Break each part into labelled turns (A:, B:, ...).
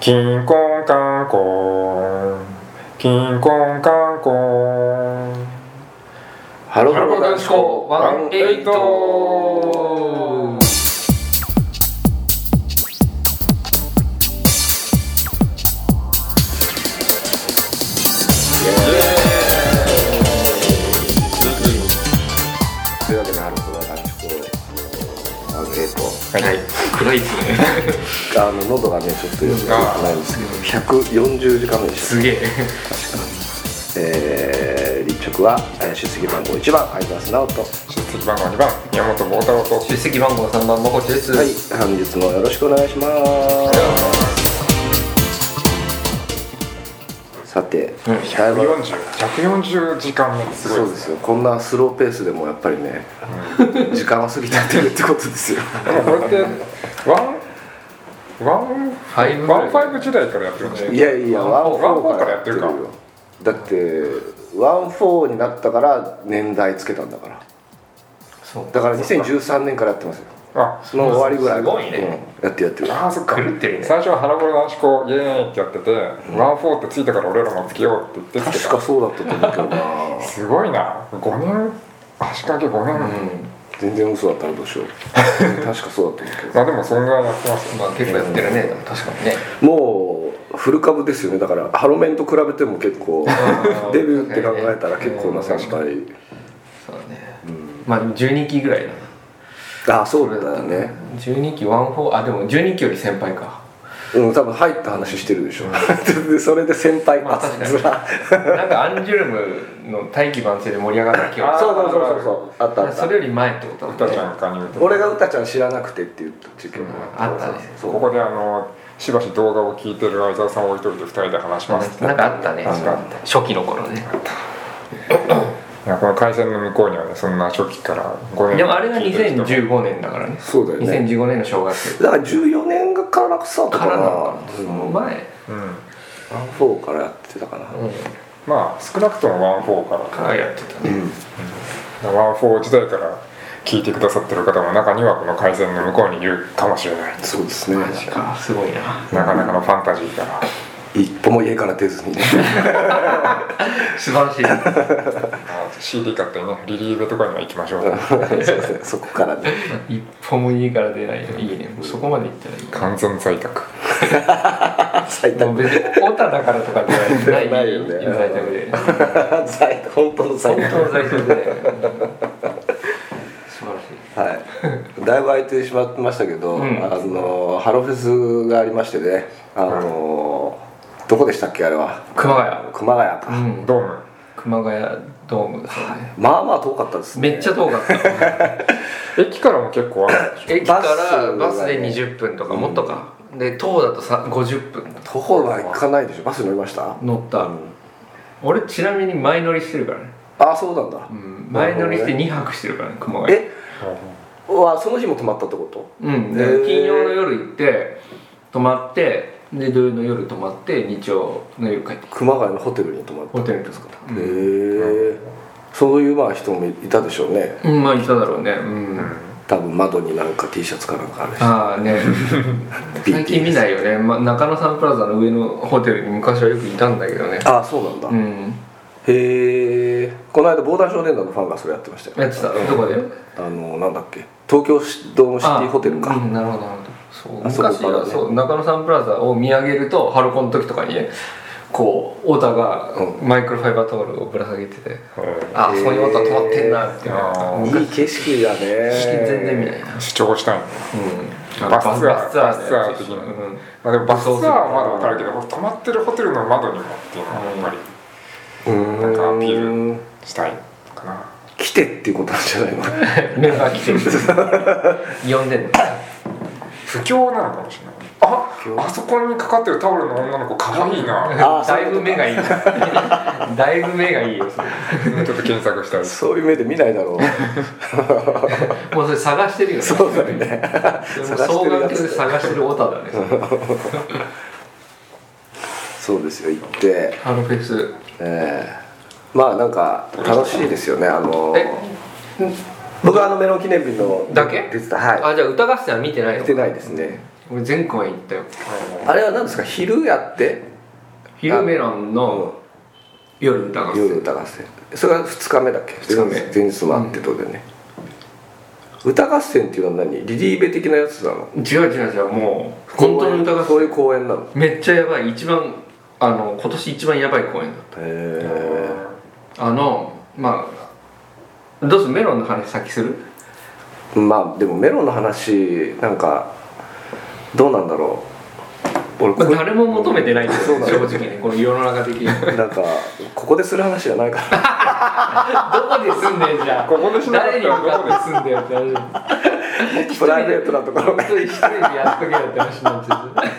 A: 金婚観光金婚観光
B: ハロ
A: ハロー男子校ワンエイト
B: というわけでハロー男子校ワンエイト
A: はい
C: 暗いっすね
B: あの喉がねちょっと良くないんですけど140時間目でした
C: すげえ
B: えー、立直はえー出席番号1番相沢直人
A: 出席番号2番宮本坊太郎と
C: 出席番号三番まこちです、
B: はい本日もよろしくお願いしますさて、だいぶ
A: 140 140時間目ってすご
B: そ
A: いうで
B: ですすよこんなスローペースでもやっぱりね、時間は過ぎてってるってことです よ
A: でもこれってワンワン
C: ファイブ
A: ワンファイブ時代からやってるんで
B: いやいやワンフ
A: ワンフォ
B: ォ
A: ーか
B: ーか
A: や
B: ららや
A: っ
B: ってて
A: る
B: る
A: か
B: よだってワンフォーになったから年代つけたんだから
C: そう
B: だから2013年からやってますよ
A: あ
B: その終わりぐらいから
C: すごいね
B: うんやってるやってる
A: あーそっか
C: 狂ってるね
A: 最初は腹黒男子校イエーイってやっててワンフォーってついたから俺らもつけようって言ってつ
B: 確
A: け
B: かそうだったと思うけどな
A: たすごいな5年足掛け5年、
B: 全然嘘だったらどうしよう確かそうだったと思うけど
A: まあでもそんぐらいやってますよ
C: まあ結構やってるね確かにね
B: もうフル株ですよねだからハロメンと比べても結構
C: あー
B: デビューって考えたら結構な先輩
C: そうだね、まあ12期ぐらいだな
B: ああそうだよね
C: 12期ワンフォーあでも12期より先輩か
B: うん多分入った話してるでしょ でそれで先輩
C: まあ
B: あ
C: 確かに
B: ずら
C: なんかアンジュルムの大器晩成で盛り上がった気
A: あ
C: が
A: ー
B: そうそうそうそうそうあったあった
C: それより前ってこと
A: 歌
C: だ
A: ち
C: ね
A: ゃん加入と
B: 俺がうたちゃん知らなくてって言った事件が
C: あったね
B: そう
A: ここであのしばし動画を聞いてる相沢さんを置いといて2人で話しますって
C: なんかあったね
A: 確かに
C: 初期の頃ね
A: いやこの回線の向こうにはねそんな初期から5年
C: でもあれが
A: 聞いてる人も
C: 2015年だからね
B: そうだよね
C: 2015年の正月
B: だから14年からスタート
C: か
B: から
C: な
B: な
C: のかなその
B: うん
C: 前
A: うん
B: 4からやってたかな
A: まあ少なくともワンフォーから
C: からやってたね
A: ワンフォー時代から聞いてくださってる方も中にはこの回線の向こうにいるかもしれない
B: そうですね
C: マジかすごいな
A: なかなかのファンタジーから
B: 一歩も家から出ずにね
C: 素晴らしい
A: あ CD 買ってねリリーベとかには行きましょう
B: そこからね
C: 一歩も家から出ないのいいねもうそこまで行ったらいいか
A: 完全在宅
B: 最短
C: もう別にオタだからとかじゃない
B: ないよね
C: 在宅で
B: 在本当の在
C: 本
B: 宅
C: 当の在宅で素晴らしい
B: はい、だいぶ空いてしまいましたけど、
C: うん
B: あのハロフェスがありましてねあの、どこでしたっけあれは
C: 熊谷
B: 熊谷か、
C: うん
A: ドーム
C: 熊谷ドームですね
B: まあまあ遠かったですね
C: めっちゃ遠か った
A: 駅からも結構あるでし
C: 駅からバ
B: バ
C: ス
B: ス
C: で
B: で
C: 20分とかもっとか、で塔だとさ50分
B: 徒歩は行かないでしょバス乗りました
C: 乗った、俺ちなみに前乗りしてるからね、
B: あそうなんだ、
C: うん、前乗りして2泊してるからね熊谷
B: えわその日も泊まったってこと
C: うん、
B: へー
C: 金曜の夜行って泊まってで土曜の夜泊まって日曜の夜帰ってきた
B: 熊谷のホテルに泊まった
C: ホテルにですかった、
B: へえそういうまあ人もいたでしょうね
C: うん、まあいただろうねうん、
B: 多分窓になんか T シャツかなんかあるし
C: あ あね最近見ないよね、まあ、中野サンプラザの上のホテルに昔はよくいたんだけどね
B: あそうなんだ、
C: うん
B: へえこの間防弾少年団のファンがそれやってましたよ
C: やってたどこで
B: あのなんだっけ東京シドームシティホテルか、
C: あうんなるほどなるほどそう
B: あそこから
C: 昔は
B: ね
C: そう中野サンプラザを見上げるとハロコンの時とかにねこう太田が
B: う
C: マイクロファイバータオルをぶら下げてて、
A: ょ、うん
C: あそこに太田止まってんなっていうのが
A: あー
B: いい景色だね
C: 景色全然見ないな、
A: 主張したいね
C: うん、
A: バスツアー
C: バスツアーのやつでしょ
A: バスツアー的な
C: うん
A: まあでもバスツアーはまだ分かるけど泊まってるホテルの窓にもっていうのはやっぱり
B: うーん
A: なんかアピーしたいかな
B: 来てっていうことなんじゃ ないの
C: メンバー来てる呼んでんの
A: 不況なのかもしれないああそこにかかってるタオルの女の子かわいいな
B: あー
C: だいぶ目がいいだいぶ目がいいよそ れ
A: ちょっと検索したり
B: そういう目で見ないだ ろう
C: もうそれ探してるよね
B: そうだよね
C: それも
B: 探して
C: 双
B: るやつ
C: 眼鏡で探してるオタだね
B: そうですよ行って
C: ハロフェス
B: ええまあなんか楽しいですよねあの
C: え
B: 僕はあのメロン記念日の
C: だけ
B: 出てたはい
C: あじゃあ歌合戦は見てないの
B: 出てないですね
C: 俺前回行ったよ
B: あれは何ですか昼やって
C: 昼メロンの夜歌合
B: 夜
C: 戦
B: 歌合戦それが2日目だっけ
C: 二日目
B: 前日もあってとでね、歌合戦っていうのは何リリーベ的なやつなの
C: 違う違う違うもう本当の歌合
B: そういう
C: 戦
B: 公演なのへ
C: めっちゃやばい一番あの今年一番やばい公演だっ
B: え
C: たあのまあどうするメロンの話先する
B: まあでもメロンの話なんかどうなんだろう俺こ
C: まあ
B: れ
C: 誰も求めてないんです
B: そうだ
C: よ
B: ね
C: 正直ねこの世の中的にど
B: なんかここでする話じゃない から
C: こで住んでんじゃん
A: ここでしなかった
C: 誰
A: ら
C: に向かって住んでよって話
B: プライベートなところ
C: 本当に一人でやっとけよって話になっちゃっ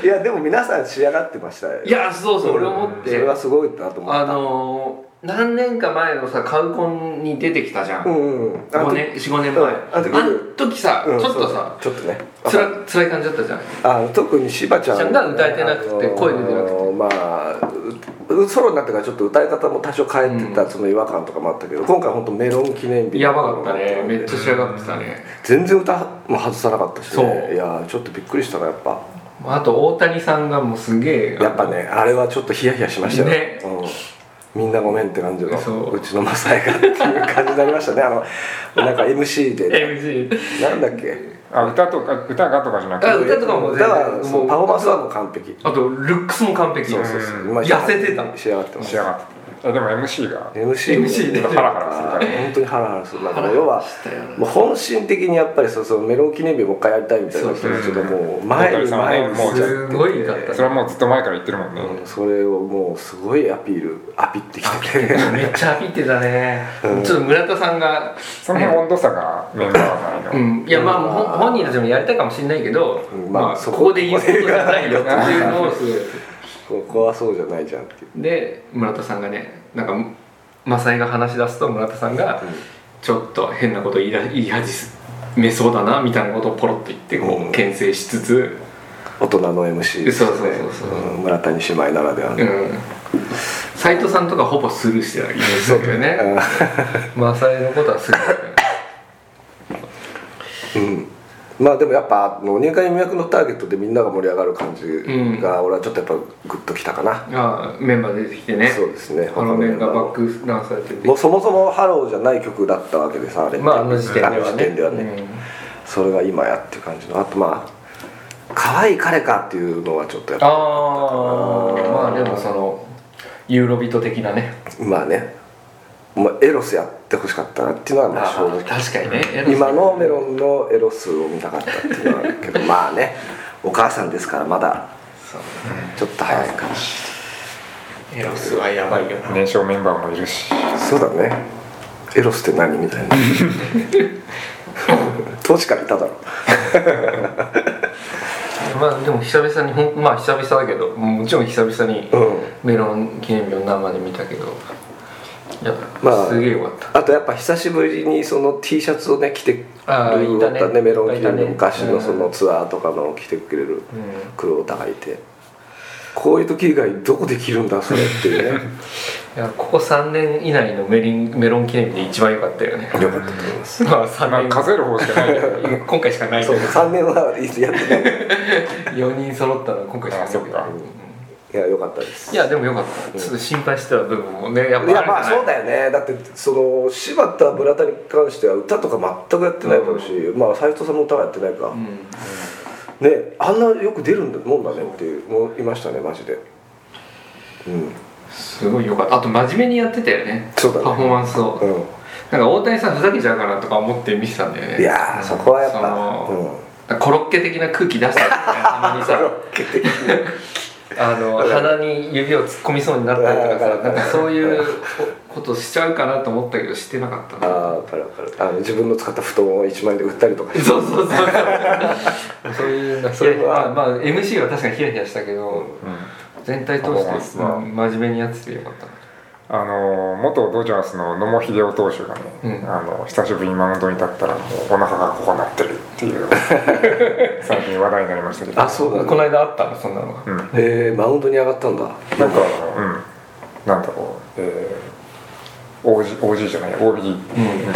C: て
B: いやでも皆さん仕上がってましたよ
C: いやそうそう俺思っ
B: それ
C: て
B: はすごいなと思った
C: あのー、何年か前のさカウコンに出てきたじゃ、
B: うんんうん
C: 五年45年前、
B: うん
C: あ
B: あ
C: ん
B: の時
C: 時さ、
B: うん
C: ちょっと
B: そうだ
C: さ
B: ちょっとね
C: つら辛い感じだったじゃん
B: あの特にしばちゃん
C: しばちゃんが歌えてなくて声出てなくて
B: まあうソロになってからちょっと歌い方も多少変えてたその違和感とかもあったけど、今回本当メロン記念日
C: やばかったねめっちゃ仕上がってたね、
B: 全然歌も外さなかったし、
C: そう
B: ね、いやーちょっとびっくりしたなやっぱ
C: あと大谷さんがもうすげえ
B: やっぱねあれはちょっとヒヤヒヤしましたよ
C: ね
B: うん、みんなごめんって感じの
C: そう
B: うちのマサイがっていう感じになりましたねあのなんか MC で、
C: MC
B: なんだっけ
A: あ歌とか歌がとかじゃなく
C: あ
A: て
C: 歌とかも全然
B: だからそ
C: もう
B: うパフォーマンスはもう完璧
C: あとルックスも完璧そう
A: そうそう
C: 痩せてた
B: 仕上がってま
A: 仕
B: す
A: 上がってたえでも MC が
B: MC も
C: MC
A: ちょっとハラハラする
B: あ
A: か
B: ー本当にハラハラするなんか要は
C: したよな
B: もう本心的にやっぱりそうそうメロン記念日もう一回やりたいみたいな気持ちでもう前に前に
A: もう
C: すごいかっ
A: ら
C: た
A: それはもうずっと前から言ってるもんね、
B: うんそれをもうすごいアピールアピってきてて
C: めっちゃ浴びてたね、
B: うん
C: ちょっと村田さんが
A: その辺温度差がメンバーはな
C: う
A: いの、
C: ん、いやまあほん本人たちもやりたいかもしれないけど、
B: うん
C: まあ、
B: まあそ
C: こ
B: こ
C: こで言うことじゃないよっていうのをすごいやって
B: ここはそうじゃないじゃんっていう
C: で村田さんがねなんかマサイが話し出すと村田さんがちょっと変なこと言いだ言い始めそうだなみたいなことをポロッと言ってこ
B: う
C: うん牽制しつつ、
B: 大人の MC ですね
C: そうそうそうそうん
B: 村谷姉妹ならではの
C: うん、斎藤さんとかほぼスルーしてたイメージだけどねマサイのことはスルーだったよ
B: うん まあでもやっぱあの入会予約のターゲットでみんなが盛り上がる感じが俺はちょっとやっぱグッときたかな、
C: ああメンバー出てきてね
B: そうですね
C: あのメンバー
B: 他の
C: バックダンサー出てきて
B: もうそもそもハローじゃない曲だったわけでさあれって
C: まああの時点ではね
B: あの時点ではね
C: うん
B: それが今やっていう感じのあとまあ可愛い彼かっていうのはちょっとやっぱ
C: ああまあでもそのユーロビート的なね
B: まあね、まあ、エロスやってほしかったなっていうのはまあ正直
C: 確かにね
B: 今のメロンのエロスを見たかったっていうのはあるけどまあねお母さんですからまだ
C: そう
B: ちょっと早いかもし
C: エロスはやばいよな
A: 年少メンバーもいるし
B: れないそうだねエロスって何みた いな当時からいただろ
C: まあでも久々にほんまあ久々だけどもちろん久々に
B: うん
C: メロン記念日を生で見たけどいや、
B: まあ
C: すげえよかった
B: あとやっぱ久しぶりにその T シャツをね着てくれる
C: あーいたね
B: おったねメロン記念
C: いたね
B: の昔
C: う
B: の
C: ん
B: そのツアーとかの着てくれる黒オタがいてこういう時以外どこで着るんだそれっていう ね
C: いやここ3年以内のメリンメロン記念日で一番良かったよね
B: よかったと思います
C: まあ3
A: まあ
C: 年
A: 数える方しかないけ ど
C: 今回しかないけ
B: そう
C: ど
B: 3年はいつやってない
C: 4人揃ったのは今回しかないけ
A: あそっか
C: ど
B: いやよかったです
C: いやでもよかったちょっと心配してた部分もねやっ
B: い
C: ぱ
B: や
C: あるじゃ
B: まあ
C: ない
B: そうだよねだってその柴田村田に関しては歌とか全くやってないだろうし、まあ斎藤さんも歌はやってないか、
C: うん
B: ねあんなよく出るんだもんだねっていうもういましたねマジでうん
C: すごいよかったあと真面目にやってたよね
B: そうだね
C: パフォーマンスを、
B: う
C: なんか大谷さんふざけちゃうかなとか思って見てたんだよね
B: ん、いやーそこはやっ
C: そ
B: ぱ、
C: の
B: うん、
C: コロッケ的な空気出したよね たまにさあの鼻に指を突っ込みそうになったりとかさ
B: わかる
C: なんかそういうことしちゃうかなと思ったけどしてなかった
B: あ
C: な
B: あ分かる分かるあの自分の使った布団を1万円で売ったりとか
C: そうそうそうそうそういうなそれまあまあ MC は確かにヒヤヒヤしたけど、全体通
A: パフォーマン
C: し
A: ス
C: て、
A: は
C: うん真面目にやっててよかった
A: あの元ドジャースの野茂英雄投手がね、
C: うん
A: あの久しぶりにマウンドに立ったらもうお腹がこうなってるって いう最近話題になりましたけど
B: あそうだ
C: この間あったのそんなのが
A: うん、なんか
B: えー、マウンドに上がったんだ
A: うんなんだろう、え OG, OG じゃない OB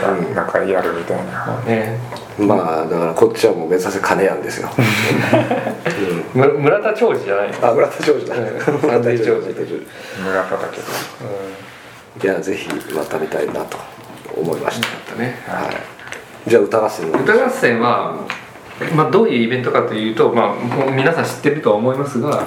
A: がなんかやるみたいな、
C: ね
B: まあだからこっちはもう目指せ金やんですよ、うん
C: む村田長治じゃないの
B: あ、村田ジョージだ。
C: うん
B: 村田ジョー
C: 村田
B: ジ。
A: 村田だけど
B: いや、ぜひまた見たいなと思いました。
C: だったね
B: はい。じゃあ、歌合戦の。
C: 歌合戦は、まあ、どういうイベントかというと、まあ、もう皆さん知ってるとは思いますが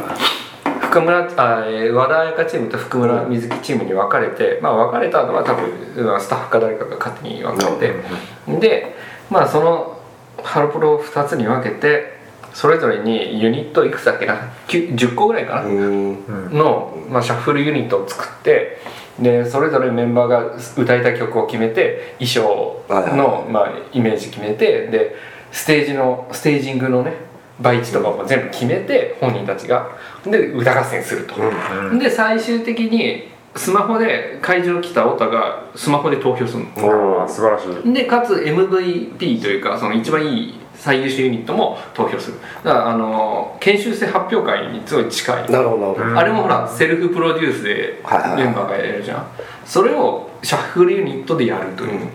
C: 福村あえー和田彩香チームと福村瑞希チームに分かれて、まあ、分かれたのは多分まあスタッフか誰かが勝手に分かれて、で、まあ、そのハロプロを2つに分けてそれぞれにユニットいくつだっけな9 10個ぐらいかな、
B: うん。
A: うん
C: の、まあ、シャッフルユニットを作ってでそれぞれメンバーが歌いたい曲を決めて衣装
B: はいはい
C: の、まあ、イメージ決めてでステージのステージングのね配置とかも全部決めて本人たちがで歌合戦すると、
A: うん
C: で最終的にスマホで会場に来たオタがスマホで投票するの
A: あー素晴らしい
C: でかつ MVP というかその一番いい最優秀ユニットも投票するだからあの研修生発表会にすごい近い
B: なるほど、なるほど。
A: うん
C: あれもほらセルフプロデュースで
B: はいはいはい
C: メンバーがやるじゃんそれをシャッフルユニットでやるという、
B: うん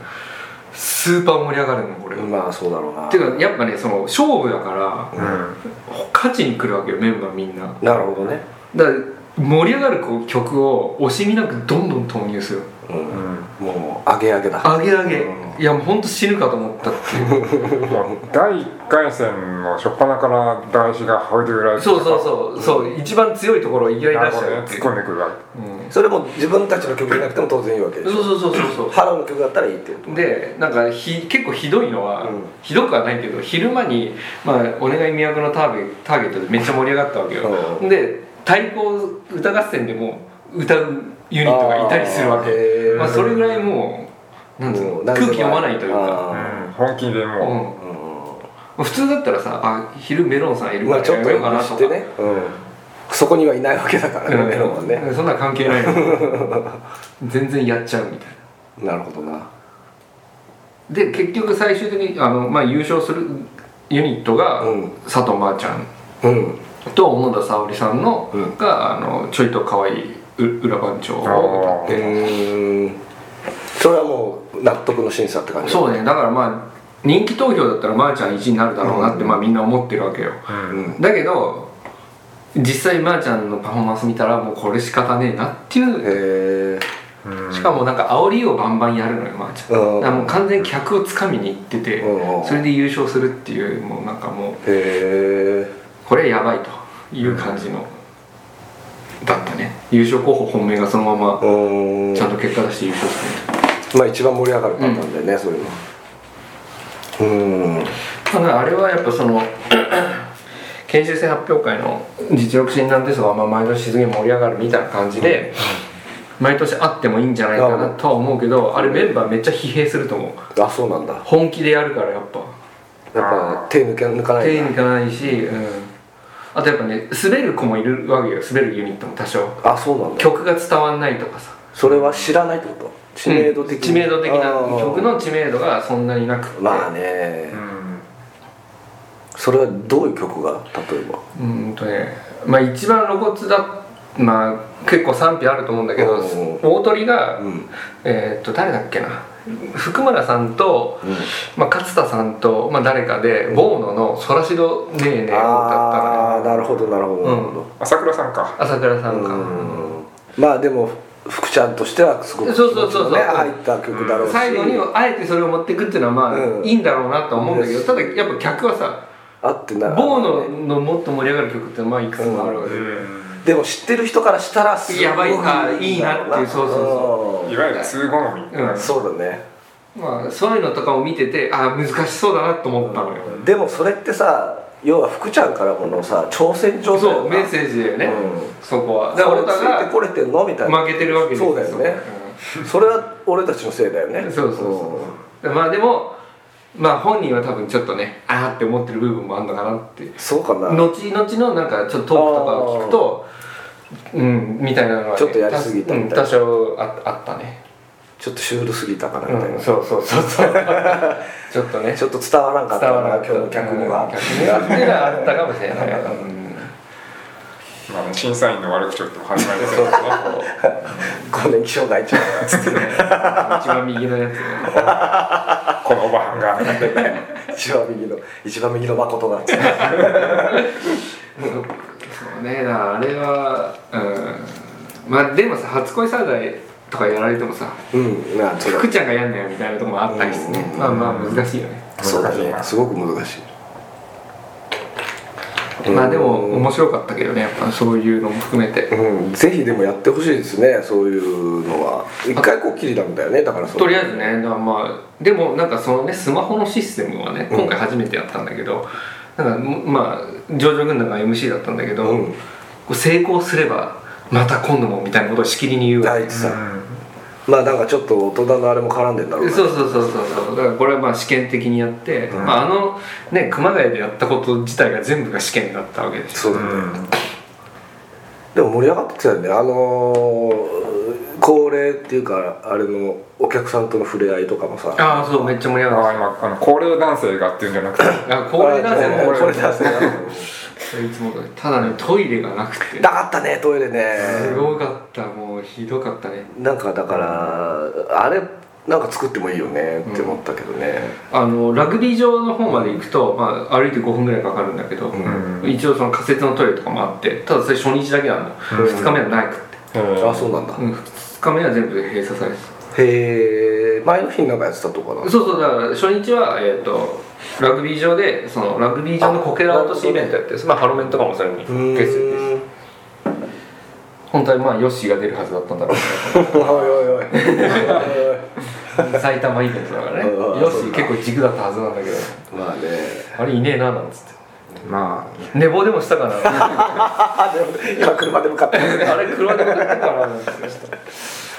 C: スーパー盛り上がるのこれは、
B: まあ、そうだろうな。
C: ていうかやっぱねその勝負だから
A: う
C: 勝ちに来るわけよメンバーみんな
B: なるほどね。
C: だから盛り上がるこう曲を惜しみなくどんどん投入する
B: うん
A: ん、うん
B: もう、上げ上げだ。
C: 上げ上げ、
B: うん
C: いやもうほんと死ぬかと思ったっていう
A: もう第1回戦の初っ端から大志がハイドゥーライ
C: そうそうそうそう一番強いところをいきなり
A: なる
C: 出し
A: ほど
C: た
A: ね
C: よっ
A: 突
C: てい
A: っ
C: う
A: 込んでくるわ
C: うん
B: それも自分たちの曲じゃなくても当然いいわけでし
C: そう
B: ょ。
C: そうそうそうそう
B: ハローの曲だったらいいっていう。
C: でなんかひ結構ひどいのは、
B: うん
C: ひどくはないけど昼間に、まあ「お願い都のターゲターゲット」でめっちゃ盛り上がったわけよ、
B: うん
C: で対抗歌合戦でも歌うユニットがいたりするわけ
B: け
C: まあ、それぐらいもうなんつうの空気読まないというか、
A: け、うん、本気で
C: う
A: も
C: ん、普通だったらさ「あ昼メロンさんいるか
B: ま
C: ら
B: あ、ちょ
C: や
B: っ
C: め
B: と
C: ようかな」
B: 知
C: と
B: っ
C: か
B: てね。うん。そこにはいないわけだからね、
C: うん
B: メロンはね。
C: そんなん関 係ないの全然やっちゃうみたいな
B: なるほどな。
C: で結局最終的にあの、まあ、優勝するユニットが、
B: うん
C: 佐藤真亜ちゃん
B: うん。
C: と小野田沙織さんの、
B: うん
C: があのちょいと可愛いう裏番長を歌
B: う
C: って
B: ーんそれはもう納得の審査って感じ
C: そうねだからまあ人気投票だったらまーちゃん1位になるだろうなって、
B: うん
C: まあ、みんな思ってるわけよ
A: う、
B: うんん
C: だけど実際まーちゃんのパフォーマンス見たらもうこれ仕方ねえなっていう
B: へえ
A: うん
C: しかもなんか煽りをバンバンやるのよまーちゃん
B: うん
C: だからもう完全に客をつかみに行ってて
B: うん
C: それで優勝するっていうもうなんかもう
B: へ
C: これやばいという感じのだったね優勝候補本命がそのまま
B: えうん
C: ちゃんと結果出して優勝す
B: まあ一番盛り上がるパターンだよね、そういうのうん
C: る、まあ、あれはやっぱその 研修生発表会の実力診断テストはまあ毎年すげえ盛り上がるみたいな感じで、毎年あってもいいんじゃないかなとは思うけどあれメンバーめっちゃ疲弊すると思う
B: あそうなんだやっ
C: 本気でやるからやっぱ
B: ぱ手抜け抜かない
C: 手
B: ん
C: にい
B: だ
C: かないし、うん、あとやっぱね滑る子もいるわけよ滑るユニットも多少
B: あそうなんだ
C: 曲が伝わんないとかさ
B: それは知らないってこと知名度的に、
C: うん知名度的な
B: あー
C: 曲の知名度がそんなになくて、
B: まあね、
A: うん
B: それはどういう曲が例えば
C: うーんとねまあ一番露骨だまあ結構賛否あると思うんだけど
B: うん
C: 大鳥が、
B: うん
C: えーっと誰だっけな福村さんと、
B: うん
C: まあ、勝田さんと、まあ、誰かで、ボーノの「ソラシドねえねえ」を歌った
B: ああ
C: のね
B: なるほどなるほどなるほど、
A: 朝倉さんか
C: 朝倉さんか、
B: うんまあでも福ちゃんとしてはすごく
C: そうそうそうそう
B: 気持ちのね入った曲だろうし、
C: 最後にあえてそれを持っていくっていうのはまあ、
B: うん
C: いいんだろうなとは思うんだけど
B: です
C: ただやっぱ客はさ
B: あってな
C: ボーノのもっと盛り上がる曲ってまあいくつもあるわけで、
A: うん
B: でも知ってる人からしたらすごく
C: やばいあいいなっていうそうそうそ
A: いわゆる通好み、
C: うん
B: んそうだね
C: まあ、そういうのとかを見ててああ難しそうだなと思ったのよ、
B: でもそれってさ要は福ちゃんからこのさ挑戦状態
C: そうメッセージだよね、
B: うん
C: そこは
B: だか
C: だからら
B: 俺ついてこ
C: 太
B: れてんのみた
C: 田
B: いな
C: が負けてるわけです
B: そうだよねそれは俺たちのせいだよ
C: う
B: ね
C: んそうそうそうまあでもまあ本人は多分ちょっとねああって思ってる部分もあるのかなって
B: そうかな
C: 後々のなんかちょっとトークとかを聞くとうんみたいなのがね、
B: ちょっとやりすぎたみたいな
C: うん多少ああったね、
B: ちょっとシュールすぎたかなみたいな、
C: うん、そうそうそう そうちょっとね
B: ちょっと伝わらんかった
C: 伝わらな
B: 今日の客語が、
C: 客語がっていうのはあったかもしれない、
A: まあね、審査員の悪口を言っても始まりませんからね
B: 更年期障害ちゃう
C: 一番右のやつ
A: このおばはんが
B: 一番右の一番右の誠が
C: そうねだからあれはうんまあでもさ初恋サーダイとかやられてもさ
B: うんなあそれ
C: 福ちゃんがやんなよみたいなとこもあったりしてね、
B: うん
C: まあまあ難しいよね、
B: そうだ
A: 難しい
B: ね
A: な
B: すごく難しい
C: まあでも
B: うん
C: 面白かったけどねやっぱそういうのも含めて
B: うん、ぜひでもやってほしいですねそういうのは一回こっきりなんだよねだからその
C: とりあえずねだからまあでもなんかそのねスマホのシステムはね
B: うん
C: 今回初めてやったんだけど、なんかまあ上場軍団が MC だったんだけど、
B: うん
C: こう成功すればまた今度もみたいなことをしきりに言うわ
B: あ
C: け
B: いつさ、まあなんかちょっと大人のあれも絡んでんだろうな
C: そうそうそうそうそうだからこれはまあ試験的にやって、まあ、あのね熊谷でやったこと自体が全部が試験だったわけです
B: そうだね、でも盛り上がってきたよねあのー、恒例っていうかあれのお客さんとの触れ合いとかもさ
C: ああそうめっちゃ盛り上
A: あ
C: がった
A: の今あの高齢男性がっていうんじゃなくて
C: あ高齢男性
B: あ
C: の
B: こ
C: こ
B: れ だ
C: れいつも通りただねトイレがなくて
B: なかったねトイレね
C: すごかったもうひどかったね
B: なんかだからあれなんか作ってもいいよねって思ったけどね、
C: あのラグビー場の方まで行くと、まあ、歩いて5分ぐらいかかるんだけど、
A: ん
C: 一応その仮設のトイレとかもあってただそれ初日だけなんだ、
B: ん
C: 2日目はないくって、
B: あそうなんだ、
C: うん、2日目は全部閉鎖されてた
B: へえ前の日になんかやってたとかな
C: そうそうだから初日は、えー、とラグビー場でそのラグビー場のこけら落としイベントやってまあハロメンとかもそれに
B: ーん
C: ゲストです本当はまあヨッシーが出るはずだったんだろう
B: おいおいおい
C: けど 埼玉イベントだからね
B: うんうん
C: ヨッシー結構軸だったはずなんだけど
B: まあね
C: あれいねえななんつって
A: ま
C: 寝坊でもしたかな
B: あでも今車で向かってる
C: あれ車で買ったかななんつって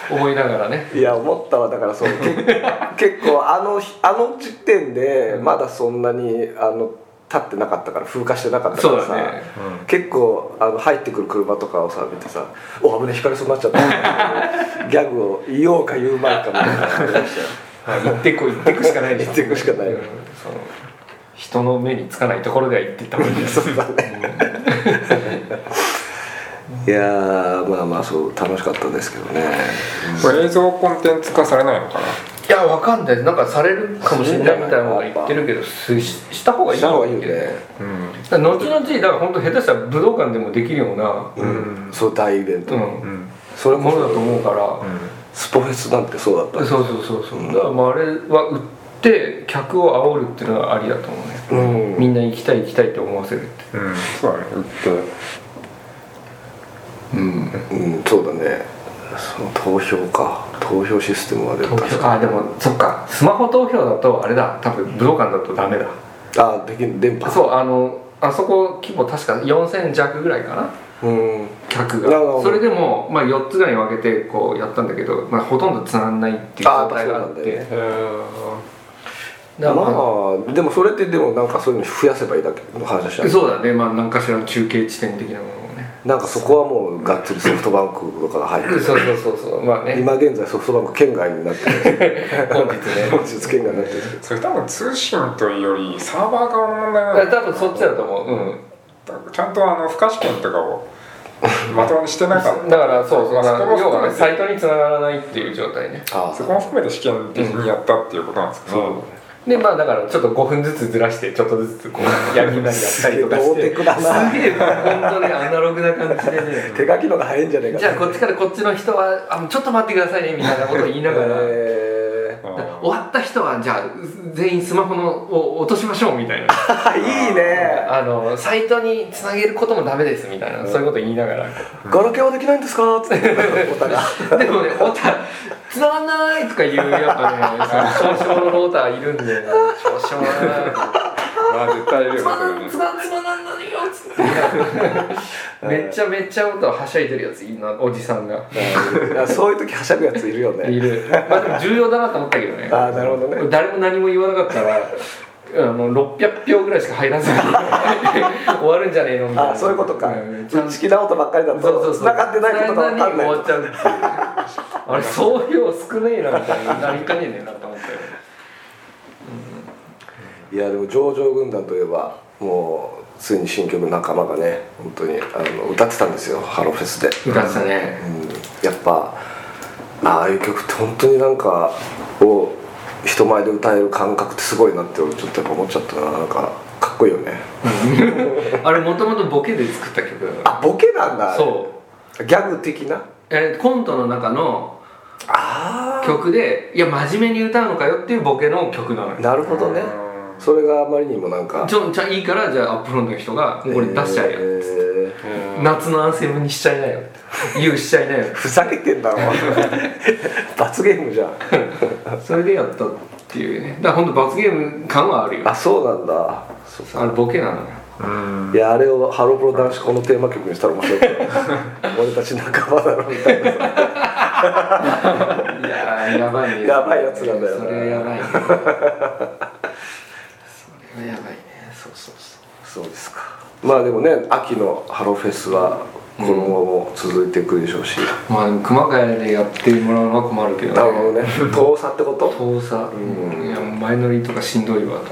C: 思いながらね
B: いや思ったわだからそうけ 結構あの日あの時点でまだそんなにあの立ってなかったから風化してなかったか
C: そう
B: らさ、
C: だね
B: 結構あの入ってくる車とかをさ見てさ「お危ねえ光りそうになっちゃ った」ギャグを言おうか言うまいかみたいな感じでしたよ
C: 行ってこい行ってくしかないでしょ
B: 行ってくしかない
C: うんその人の目につかないところでは行ってったもん ね
B: そうだねいやーまあまあそう楽しかったですけどね
A: あこれ映像コンテンツ化されないのかない
C: やわかんないなんかされるかもしれないみたいなのが言ってるけどすしした方がいい
B: した方がいいよね、
A: うん
C: だから後々だから本当下手したら武道館でもできるような、
B: うん、そう大イベント、
C: うん
A: うん
B: それ
C: も
B: も
C: のだと思うから、
B: スポフェスなんてそうだった
C: そうそうそうそうだからまああれは売って客を煽るっていうのはありだと思うね、
B: うん
C: みんな行きたい行きたいって思わせるっ
A: う
C: て
A: んそうだね売って
C: うん
B: うん、そうだねその投票か投票システムはでも
C: 投
B: 確
C: 票あでもそっかスマホ投票だとあれだ多分武道館だとダメだ、
B: かあできる電波
C: そうあのあそこ規模確か4000弱ぐらいかな
B: うん
C: 客
B: なるほ
C: が
B: ど
C: それでも、まあ、4つぐらいに分けてこうやったんだけど、まあ、ほとんどつながんないっていう
B: あ
C: 状態があっ
B: やっぱそうなんだ
C: て
B: よね
C: だ
B: ま
C: からま
B: あでもそれってでもなんかそういうの増やせばいいだけの話じゃ
C: あ
B: ん
C: そうだね、まあ、何かしらの中継地点的なものをね
B: なんかそこはもうがっつりソフトバンクとかが入って
C: そう
B: る
C: そうそうそうまあね
B: 今現在ソフトバンク圏外になってる
C: 本日ね
B: 本日圏外になってる
A: それ多分通信というよりサーバー側の問題な
C: だ
A: の
C: か
A: から
C: 多分そっちだと思ううん
A: ちゃんとあの不可視権とかをまともにしてなかった
C: だからそうそうだか
A: そ
C: ら
A: こも
C: 要
A: 含
C: は
A: め
C: ね
A: て
C: サイトに繋がらないっていう状態ね
B: あ
A: そこも含めて試験的にやったっていうことなんですけど、
C: でまあだからちょっと5分ずつずらしてちょっとずつこうやりなりやったりとかし
B: すげえローテ
C: て
B: クだな
C: すげえ本当ねアナログな感じでね
B: 手書きのが早いんじゃねえか
C: じゃあこっちからこっちの人はあのちょっと待ってくださいねみたいなことを言いながら、
B: え
A: うん
C: 終わった人はじゃあ全員スマホのを落としましょうみたいな
B: ー、いいね
C: あのサイトにつなげることもダメですみたいなそういうこと言いながら
B: ガラケーはできないんですか つってお互い
C: でもねオタつながんないとか言うやっぱねその少々のローターいるんで、ね、少々な
A: まあ絶対いるよね
C: つまらんつ
A: そ
C: まらんつまらんのによっつってめっちゃめっちゃオタはしゃいでるやついいなおじさんが
B: いやそういう時はしゃぐやついるよね
C: いるまあでも重要だなと思ったけどね
B: ああなるほどね
C: 誰も何も言わなかったら あの600票ぐらいしか入らずに 終わるんじゃねえのみたいな
B: あそういうことか
C: うんちゃん
B: 打
C: と
B: ち切らんことばっかりだと
C: そうそうそう
B: 繋がってないことが分かんない
C: 繋がに終わっちゃうっていう あれ総票少ねえなみたいな何かねえねえなと思ったよ
B: いやでも上場軍団といえばもうついに新曲仲間がね本当にあの歌ってたんですよハロフェスで、
C: 歌ってたね
B: うん、やっぱああいう曲って本当になんかを人前で歌える感覚ってすごいなって俺ちょっとやっぱ思っちゃったななんかかっこいいよね
C: あれもともとボケで作った曲だか
B: あボケなんだ
C: ら
B: あれ
C: そう
B: ギャグ的な
C: えコントの中の
B: あ
C: 曲でいや真面目に歌うのかよっていうボケの曲なのよ
B: なるほどね
A: うん
B: それがあまりにもなんか
C: ちょじゃあいいからじゃあアップロードの人がもうこれ出しちゃえよ、
B: えー
C: 夏のアンセムにしちゃいなよ言うしちゃいなよ
B: ふざけてんだろ 罰ゲームじゃん
C: それでやったっていうねだからほんと罰ゲーム感はあるよ
B: あそうなんだそう
C: あれボケなのよ
A: うん
B: いやあれをハロプロ男子このテーマ曲にしたら面白い俺たち仲間だろみたいなさ
C: いやーやばいね
B: やばいやつなんだよな
C: それはやばいね それはやばいねそうそう
B: そ
C: そう
B: うですかまあでもね秋のハロフェスは今後も続いていくでしょうし、
C: まあでも熊谷でやってもらうのは困るけど
B: なるほどね遠さってこと
C: 遠さ、いやマイノリとかしんどいわと思っ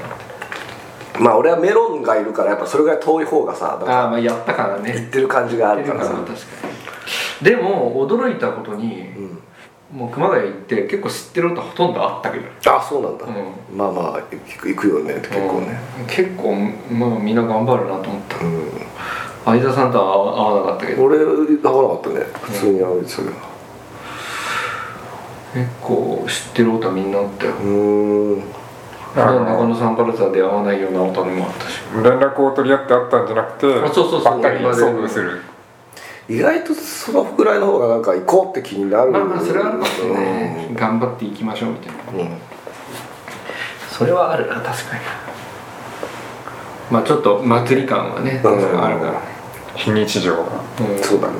C: て
B: まあ俺はメロンがいるからやっぱそれぐらい遠い方がさなんか
C: ああまあやったからね
B: 言ってる感じがあるから
C: 確
B: さ
C: かにでも驚いたことに、
B: ん
C: もう熊谷行って結構知ってる音ほとんどあったけど、
B: あそうなんだ、
C: う
B: まあまあ行く行くよね結構ね、
C: うん結構まあみんな頑張るなと思った
B: うん
C: 相田さんとは合わ合わなかったけど
B: 俺会わなかったね普通に会うそれは
C: 結構知ってる音はみんなあったよ、
B: うーん
C: 中野サンパルザで合わないような音もあったし
A: 連絡を取り合ってあったんじゃなくて
C: あそうそうそ
A: ば
C: う
A: ったり
C: 現場で
A: 遭遇する
B: 意外とそのぐらいの方がなんか行こうって気になる
C: まあまあそれはあるかもしれないね、頑張っていきましょうみたいな
B: うんうん
C: それはあるな確かにまあちょっと祭り感はね
B: うん
C: あるからね、
A: 非日常が
C: うん
B: そうだね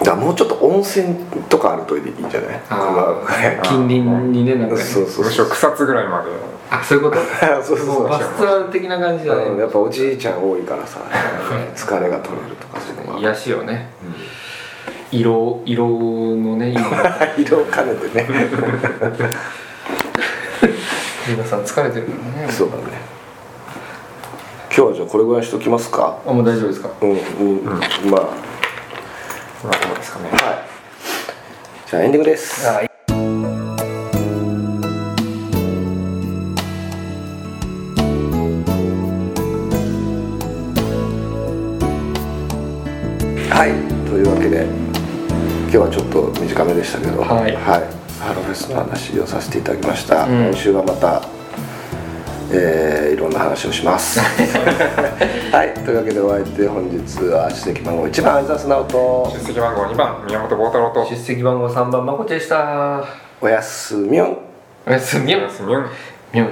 B: だからもうちょっと温泉とかあるといいんじゃない
C: あー
A: あ
C: 近隣にねなんかね
B: そうそう
A: むし
B: そう
A: ろ草津ぐらいまで
C: あそういうこと
B: そうそう
C: もうバスツアー的な感じだ
B: うんや
C: ね
B: っぱおじいちゃん多いからさ疲れが取れるとかそう いうのもある
C: 癒しをね色色のね 今
B: 色を兼ねて ね
C: 皆さん疲れてるからね
B: そうだね今日はじゃあこれぐらいにしときますか
C: あもう大丈夫ですか
B: うんうん、まあ
A: まあどうですかね
B: はい。じゃあエンディングです。
C: はい
B: はい。というわけで今日はちょっと短めでしたけど、
C: はい
B: ハロフェスの話をさせていただきました。
C: うん
B: 来週はまた。えーいろんな話をし ます。はい、というわけでお相手本日は出席番号1番相沢素直と
A: 出席番号2番宮本剛太郎と
C: 出席番号3番まこちでした
B: おやすみよん。
C: おやすみ
A: お
C: よ
A: やすみゅん
C: みょん